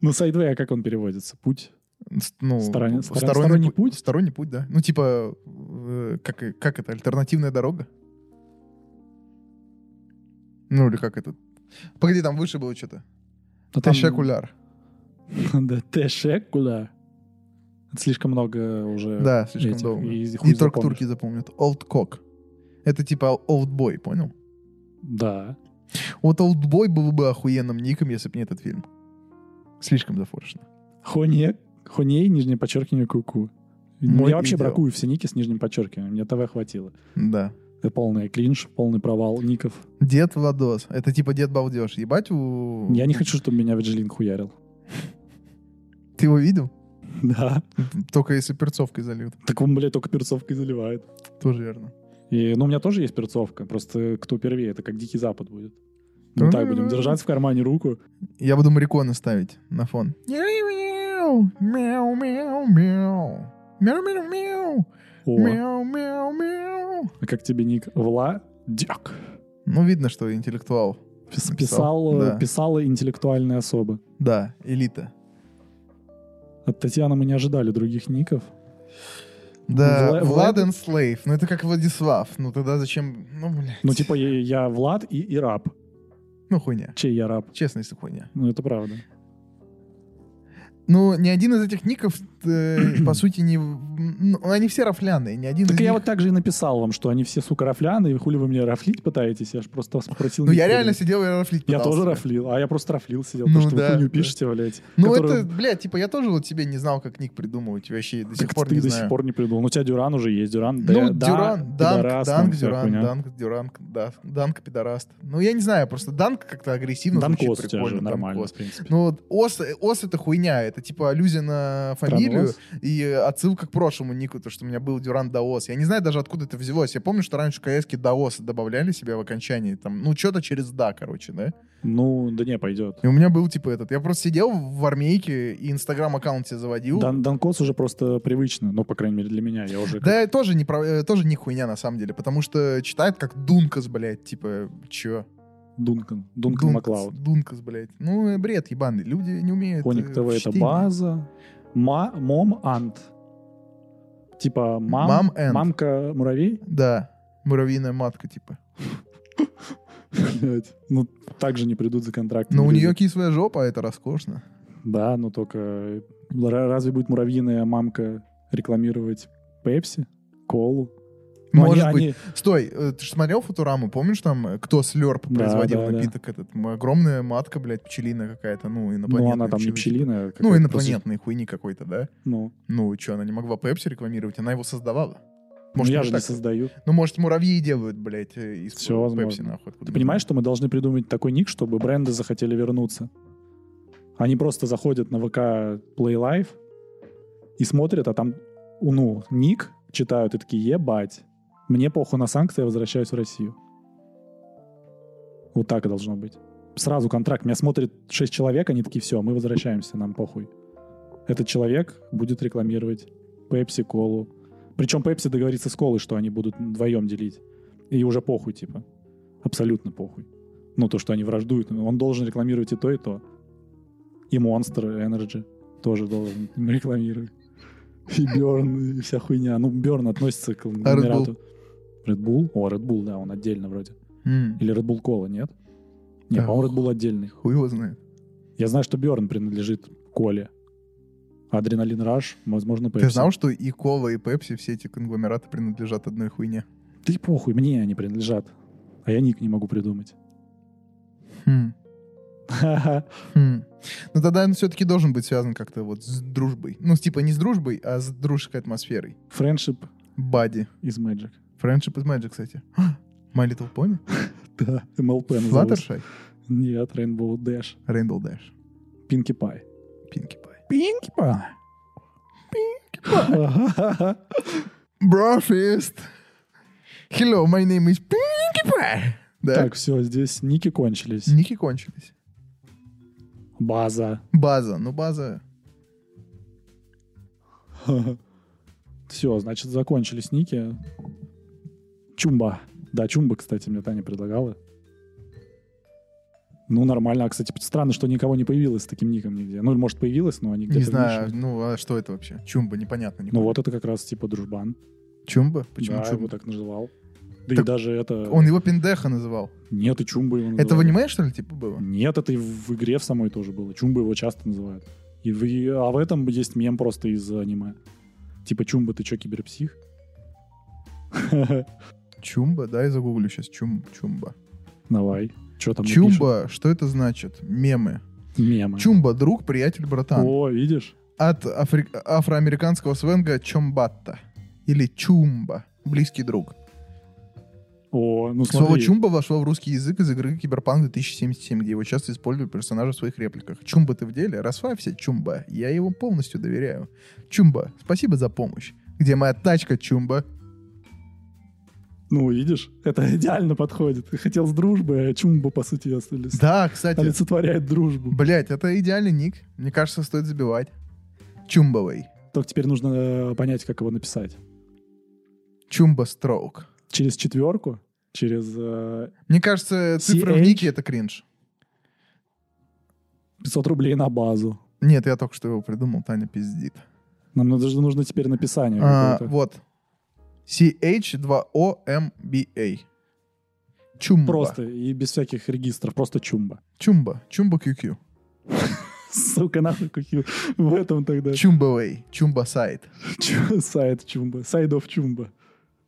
S2: Ну, Sideway, а как он переводится? Путь?
S1: С- ну,
S2: Сторон-
S1: в-
S2: сторон- сторонний
S1: пу-
S2: путь?
S1: Сторонний путь, да. Ну, типа, э, как, и- как это, альтернативная дорога? Ну, или как это? Погоди, там выше было что-то.
S2: Ну, там-
S1: Тещакуляр.
S2: Да, Тэшекуля. Это слишком много уже
S1: Да, слишком
S2: этих,
S1: долго.
S2: э, И, хуй
S1: И только
S2: запомнишь.
S1: турки запомнят. Олдкок. Это типа олдбой, понял?
S2: Да.
S1: Вот олдбой был бы охуенным ником, если бы не этот фильм. Слишком зафоршено.
S2: Хоне, Хоней, нижнее подчеркивание, куку.
S1: Мой
S2: Я вообще
S1: идеал.
S2: бракую все ники с нижним подчеркиванием. Мне ТВ хватило.
S1: Да.
S2: Это полный кринж, полный провал ников.
S1: Дед Владос. Это типа дед балдеж. Ебать у...
S2: Я не хочу, чтобы меня Виджилин хуярил.
S1: Ты его видел?
S2: Да.
S1: Только если перцовкой зальют.
S2: Так он, блядь, только перцовкой заливает.
S1: Тоже верно.
S2: И, ну, у меня тоже есть перцовка. Просто кто первее, это как Дикий Запад будет. Мы так будем держать в кармане руку.
S1: Я буду мариконы ставить на фон. Мяу, мяу, мяу, мяу. Мяу, мяу, мяу.
S2: О,
S1: Мяу, мяу, мяу.
S2: а как тебе ник? Владяк.
S1: Ну, видно, что интеллектуал.
S2: Пис-
S1: Написал,
S2: Писал,
S1: да.
S2: э, Писала интеллектуальная особа.
S1: Да, элита.
S2: От Татьяны мы не ожидали других ников.
S1: Да,
S2: Вла-
S1: Владен Слейв. Ну, это как Владислав. Ну, тогда зачем... Ну, блядь.
S2: Ну, типа, я, я Влад и, и раб.
S1: Ну, хуйня.
S2: Чей я раб?
S1: Честно, если хуйня.
S2: Ну, это правда.
S1: Ну, ни один из этих ников, э, по сути, не... ну, они все рафляные. Ни один из
S2: Так я
S1: них-
S2: вот так же и написал вам, что они все, сука, рафляны, и хули вы мне рафлить пытаетесь? Я же просто вас попросил...
S1: Ну,
S2: ник
S1: я реально
S2: придумать.
S1: сидел и рафлить
S2: Я
S1: пытался.
S2: тоже рафлил, а я просто рафлил сидел,
S1: Ну
S2: потому что
S1: да,
S2: вы хуйню
S1: да.
S2: пишете, блядь.
S1: Ну,
S2: которую-
S1: это, блядь, типа, я тоже вот себе не знал, как ник придумывать. Вообще, до сих
S2: Так
S1: пор
S2: ты
S1: не
S2: до
S1: знаю.
S2: сих пор не придумал. Ну, у тебя Дюран уже есть. Дюран, да,
S1: Ну,
S2: да,
S1: Дюран, Данк,
S2: пидорас, там
S1: Данк,
S2: вся
S1: Дюран,
S2: хуйня.
S1: Данк, Дюран, да, Данк, пидораст. Ну, я не знаю, просто Данк как-то агрессивно
S2: Данк
S1: звучит
S2: Ост у тебя
S1: прикольно.
S2: же нормально,
S1: Данк Ост.
S2: в принципе.
S1: Ну, вот Ос, Ос это хуйня, это типа аллюзия на фамилию
S2: Странос.
S1: и отсылка к прошлому нику, то, что у меня был Дюран Даос. Я не знаю даже, откуда это взялось. Я помню, что раньше кс Даос добавляли себе в окончании, там, ну, что-то через «да», короче, да?
S2: Ну, да не, пойдет.
S1: И у меня был, типа, этот. Я просто сидел в армейке и инстаграм-аккаунт себе заводил.
S2: Дан, Данкос уже просто привычно, ну, по крайней мере, для меня. Я уже... как-
S1: Да, тоже не, прав- э, тоже не хуйня, на самом деле, потому что читает как Дункас, блядь, типа, чё?
S2: Дункан. Дункан Маклауд.
S1: Дункас, блядь. Ну, э, бред ебаный. Люди не умеют
S2: Коник
S1: э,
S2: ТВ —
S1: в
S2: это
S1: чтении.
S2: база. Ма, мом Ант. Типа мам,
S1: Мам Ant.
S2: мамка муравей.
S1: Да, муравьиная матка, типа.
S2: Блядь. Ну, так же не придут за контракт.
S1: Но у нее кислая жопа, а это роскошно.
S2: Да, но только... э, ра- Разве будет муравьиная мамка рекламировать Пепси, колу? Ну,
S1: Может
S2: они-
S1: быть.
S2: они-
S1: Стой, э, ты же смотрел Футураму, помнишь там, э, кто слерп
S2: Да,
S1: производил
S2: да, да.
S1: напиток этот? М, Огромная матка, блядь, пчелина какая-то, ну, инопланетная.
S2: ну, она там не
S1: пчелы.
S2: пчелиная.
S1: Ну,
S2: какая-то просто-
S1: инопланетной хуйни какой-то, да?
S2: Ну,
S1: Ну, что, она не могла Пепси рекламировать, она его создавала.
S2: Ну,
S1: Может,
S2: я
S1: вот
S2: же не
S1: так.
S2: создаю.
S1: Ну, может, муравьи делают, блядь, э, из
S2: Всё
S1: Пепси,
S2: возможно.
S1: нахуй.
S2: Ты понимаешь, что мы должны придумать такой ник, чтобы бренды захотели вернуться? Они просто заходят на ВК Play Live и смотрят, а там, у- ну, ник читают и такие, ебать, мне похуй на санкции, я возвращаюсь в Россию. Вот так и должно быть. Сразу контракт. Меня смотрит 6 человек, они такие, все, мы возвращаемся, нам похуй. Этот человек будет рекламировать Пепси, Колу. Причем Пепси договорится с Колой, что они будут вдвоем делить. И уже похуй, типа. Абсолютно похуй. Ну, то, что они враждуют. Он должен рекламировать и то, и то. И Монстр Энерджи тоже должен рекламировать. И Берн, и вся хуйня. Ну, Берн относится
S1: А
S2: к конгломерату. Red Bull? О, Red Bull, да, он отдельно вроде.
S1: М,
S2: Или Red Bull Cola, нет? Нет,
S1: Да.
S2: по-моему, Red Bull отдельный.
S1: Хуй его знает.
S2: Я знаю, что Берн принадлежит Коле. Адреналин Раш, возможно, Пепси.
S1: Ты знал, что и Кола, и Пепси, все эти конгломераты принадлежат одной хуйне?
S2: Ты похуй, мне они принадлежат. А я ник не могу придумать.
S1: Хм.
S2: Ха-ха.
S1: Хм. Ну тогда он все-таки должен быть связан как-то вот с дружбой. Ну, с- типа не с дружбой, а с дружеской атмосферой.
S2: Friendship
S1: Бади.
S2: из Magic.
S1: Friendship is Magic, кстати. My Little Pony?
S2: Да, МЛП называется.
S1: Fluttershy?
S2: Нет, Rainbow Dash.
S1: Rainbow Dash.
S2: Pinkie Pie.
S1: Pinkie Pie.
S2: Pinkie Pie. Pinkie
S1: Brofist! Hello, my name is Pinkie Pie! Да.
S2: Так, все, здесь ники кончились.
S1: Ники кончились.
S2: База.
S1: База. Ну, база...
S2: Все, значит, закончились ники. Чумба. Да, Чумба, кстати, мне Таня предлагала. Ну, нормально. А, кстати, странно, что никого не появилось с таким ником нигде. Ну, может, появилось, но они где-то...
S1: Не
S2: в
S1: знаю,
S2: нише.
S1: ну, а что это вообще? Чумба, непонятно. не
S2: Ну, вот это как раз типа дружбан.
S1: понял. Чумба? Почему
S2: Да, я его
S1: Чумба?
S2: так называл. Да
S1: Так
S2: и даже это... Ну,
S1: Он его пиндеха называл.
S2: Нет, и Чумба его
S1: Это в
S2: называли.
S1: аниме, что ли, типа, было?
S2: Нет, это и в игре в самой тоже было. Чумба его часто называют. И в- и- А в этом есть мем просто из аниме. Типа, Чумба, ты чё, киберпсих?
S1: Чумба, да, я загуглю сейчас. Чум, чумба.
S2: Давай. Что там напишут?
S1: Чумба, что это значит? Мемы.
S2: Мемы.
S1: Чумба, друг, приятель, братан.
S2: О, видишь?
S1: От афри- афроамериканского сленга чомбатта. Или чумба, близкий друг.
S2: О, ну
S1: Слово
S2: смотри.
S1: чумба вошло в русский язык из игры Киберпанк 2077, где его часто используют персонажи в своих репликах. Чумба, ты в деле? Расслабься, Чумба. Я его полностью доверяю. Чумба, спасибо за помощь. Где моя тачка, Чумба?
S2: Ну, видишь? Это идеально подходит. Хотел с дружбы, а Чумба, по сути, остались.
S1: Да, кстати.
S2: олицетворяет дружбу.
S1: Блять, это идеальный ник. Мне кажется, стоит забивать. Чумбовый.
S2: Только теперь нужно э, понять, как его написать.
S1: Чумба Строук.
S2: Через четверку? Через э,
S1: Мне кажется, цифры в
S2: CH?
S1: нике — это кринж.
S2: 500 рублей на базу.
S1: Нет, я только что его придумал, Таня пиздит.
S2: Нам надо- нужно, теперь написание
S1: А,
S2: какое-то.
S1: вот. CH2OMBA. Чумба.
S2: Просто и без всяких регистров, просто чумба.
S1: Чумба. Чумба QQ.
S2: Сука, нахуй какие в этом тогда.
S1: Чумбовей. Чумба сайт.
S2: Чу- Сайт чумба. Сайдов чумба.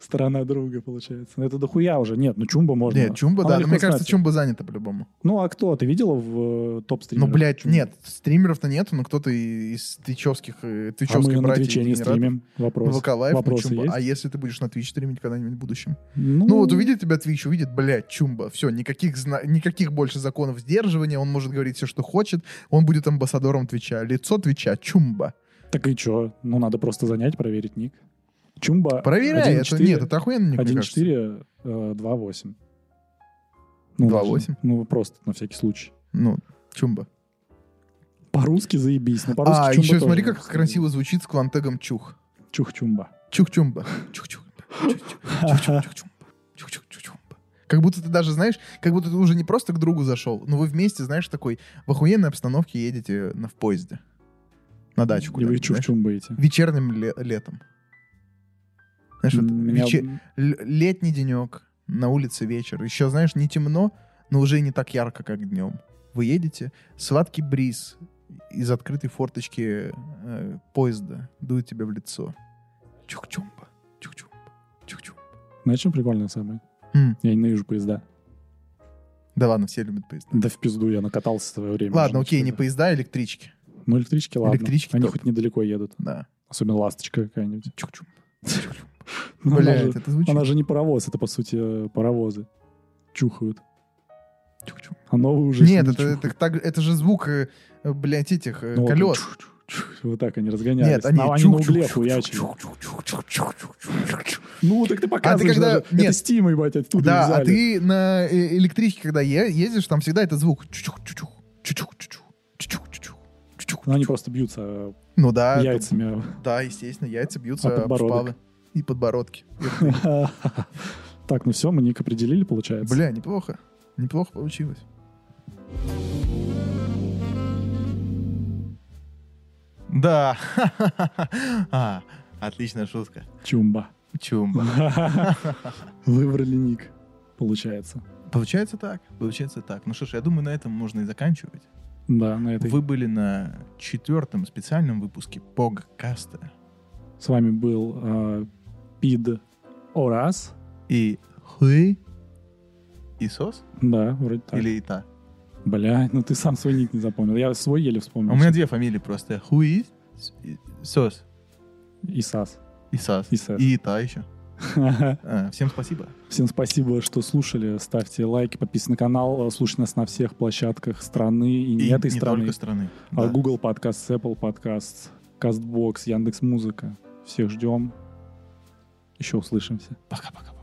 S2: Сторона друга, получается. Ну, Это дохуя уже. Нет, ну чумба можно.
S1: Нет, Чумба,
S2: Она
S1: да. но
S2: легко
S1: мне кажется,
S2: знать.
S1: Чумба занята по-любому.
S2: Ну а кто? Ты видела в э, топ
S1: Ну,
S2: стримерах?
S1: блядь,
S2: Чумбу?
S1: нет, стримеров-то нету, но кто-то и- из твичевских, э,
S2: А
S1: твичевской
S2: мы на
S1: братьев
S2: Твиче не
S1: генератов.
S2: стримим. Вопрос.
S1: ВК Лайв, ну,
S2: Вопросы
S1: Чумба.
S2: есть?
S1: А если ты будешь на Twitch стримить когда-нибудь в будущем? Ну вот увидит тебя Twitch, увидит, блядь, Чумба. Все, никаких, зна- никаких больше законов сдерживания, он может говорить все, что хочет, он будет амбассадором Твича. Лицо Твича, Чумба.
S2: Так и чё? Ну надо просто занять, проверить ник. Чумба.
S1: Проверяй, это
S2: 1.4.
S1: нет, это охуенно, мне кажется.
S2: 1.4, э, 2.8. Ну,
S1: 2.8?
S2: Ну, просто на всякий случай.
S1: Ну, Чумба.
S2: По-русски заебись, но по-русски
S1: А,
S2: чумба
S1: еще
S2: тоже
S1: смотри,
S2: можно
S1: как красиво звучит с квантегом Чух.
S2: сказать. Чух-чумба.
S1: Чух-чумба. Чух-чух. Чух-чух, чух-чумба. Чух-чух, чух-чумба. Как будто ты даже, знаешь, как будто ты уже не просто к другу зашел, но вы вместе, знаешь, такой в охуенной обстановке едете на, в поезде. На дачу
S2: И вы
S1: куда-нибудь, знаешь.
S2: чух-чумбаете.
S1: Вечерним ле- летом. Знаешь, вот
S2: М, меня-
S1: вече- л- летний денек, на улице вечер. Еще, знаешь, не темно, но уже не так ярко, как днем. Вы едете, сладкий бриз из открытой форточки э, поезда дует тебе в лицо. Чук-чумба, чук-чумба, чук-чумба.
S2: Знаешь, что прикольное самое?
S1: М,
S2: Я ненавижу поезда.
S1: Да ладно, все любят поезда.
S2: Да в пизду я накатался в свое время.
S1: ладно,
S2: уже,
S1: окей, не
S2: что-то.
S1: поезда, а электрички.
S2: Ну, электрички, ладно.
S1: Электрички
S2: Они
S1: топ.
S2: хоть недалеко едут.
S1: Да.
S2: Особенно ласточка какая-нибудь.
S1: Чук-чумба.
S2: Ну, она
S1: Блядь,
S2: же-
S1: это звучит.
S2: Она же не паровоз, это, по сути, э, паровозы. Чухают.
S1: Чук-чум.
S2: А новые уже...
S1: Нет,
S2: не
S1: это,
S2: чухают.
S1: это, так- это же звук, э, э, блядь, этих э,
S2: Ну, вот
S1: колес.
S2: чух, чух, чух. Вот так они разгонялись.
S1: Нет, они,
S2: На- на
S1: чук-чук,
S2: угле
S1: чук-чук,
S2: хуячили.
S1: чук-чук, чук-чук, чук-чук.
S2: Ну, так ты показываешь
S1: когда-
S2: даже.
S1: нет.
S2: Это Steam, ебать, оттуда
S1: Да,
S2: взяли.
S1: а ты на э, электричке, когда е- ездишь, там всегда этот звук. Чук-чук, чук-чук, чук-чук, чук-чук, чук-чук, чук-чук, чук-чук.
S2: Ну, они просто бьются э,
S1: Ну да, это-
S2: яйцами.
S1: да, естественно, яйца
S2: А
S1: бьются об
S2: подбородок?
S1: шпалы и подбородки.
S2: Так, ну все, мы ник определили, получается.
S1: Бля, неплохо. Неплохо получилось. Да. А, Отличная шутка.
S2: Чумба.
S1: Чумба.
S2: Выбрали ник, получается.
S1: Получается так. Получается так. Ну что ж, я думаю, на этом можно и заканчивать.
S2: Да, на этой.
S1: Вы были на четвертом специальном выпуске Погкаста
S2: С вами был э, Пид Орас.
S1: и Хуи и Сос?
S2: Да, вроде так.
S1: Или и та?
S2: Бля, ну ты сам свой ник не запомнил. Я свой еле
S1: А
S2: вспомнил.
S1: У меня две фамилии просто. Хуи, с- и- Сос
S2: Исас.
S1: и Сас.
S2: Исас.
S1: И та еще. А, Всем спасибо.
S2: Всем спасибо, что слушали. Ставьте лайки, подписывайтесь на канал. э, Слушайте нас на всех площадках страны и не
S1: И
S2: этой
S1: не
S2: страны.
S1: только страны.
S2: А,
S1: Да.
S2: Google подкаст, Apple подкаст, Castbox, Яндекс Музыка. Всех ждем. Еще услышимся.
S1: Пока-пока.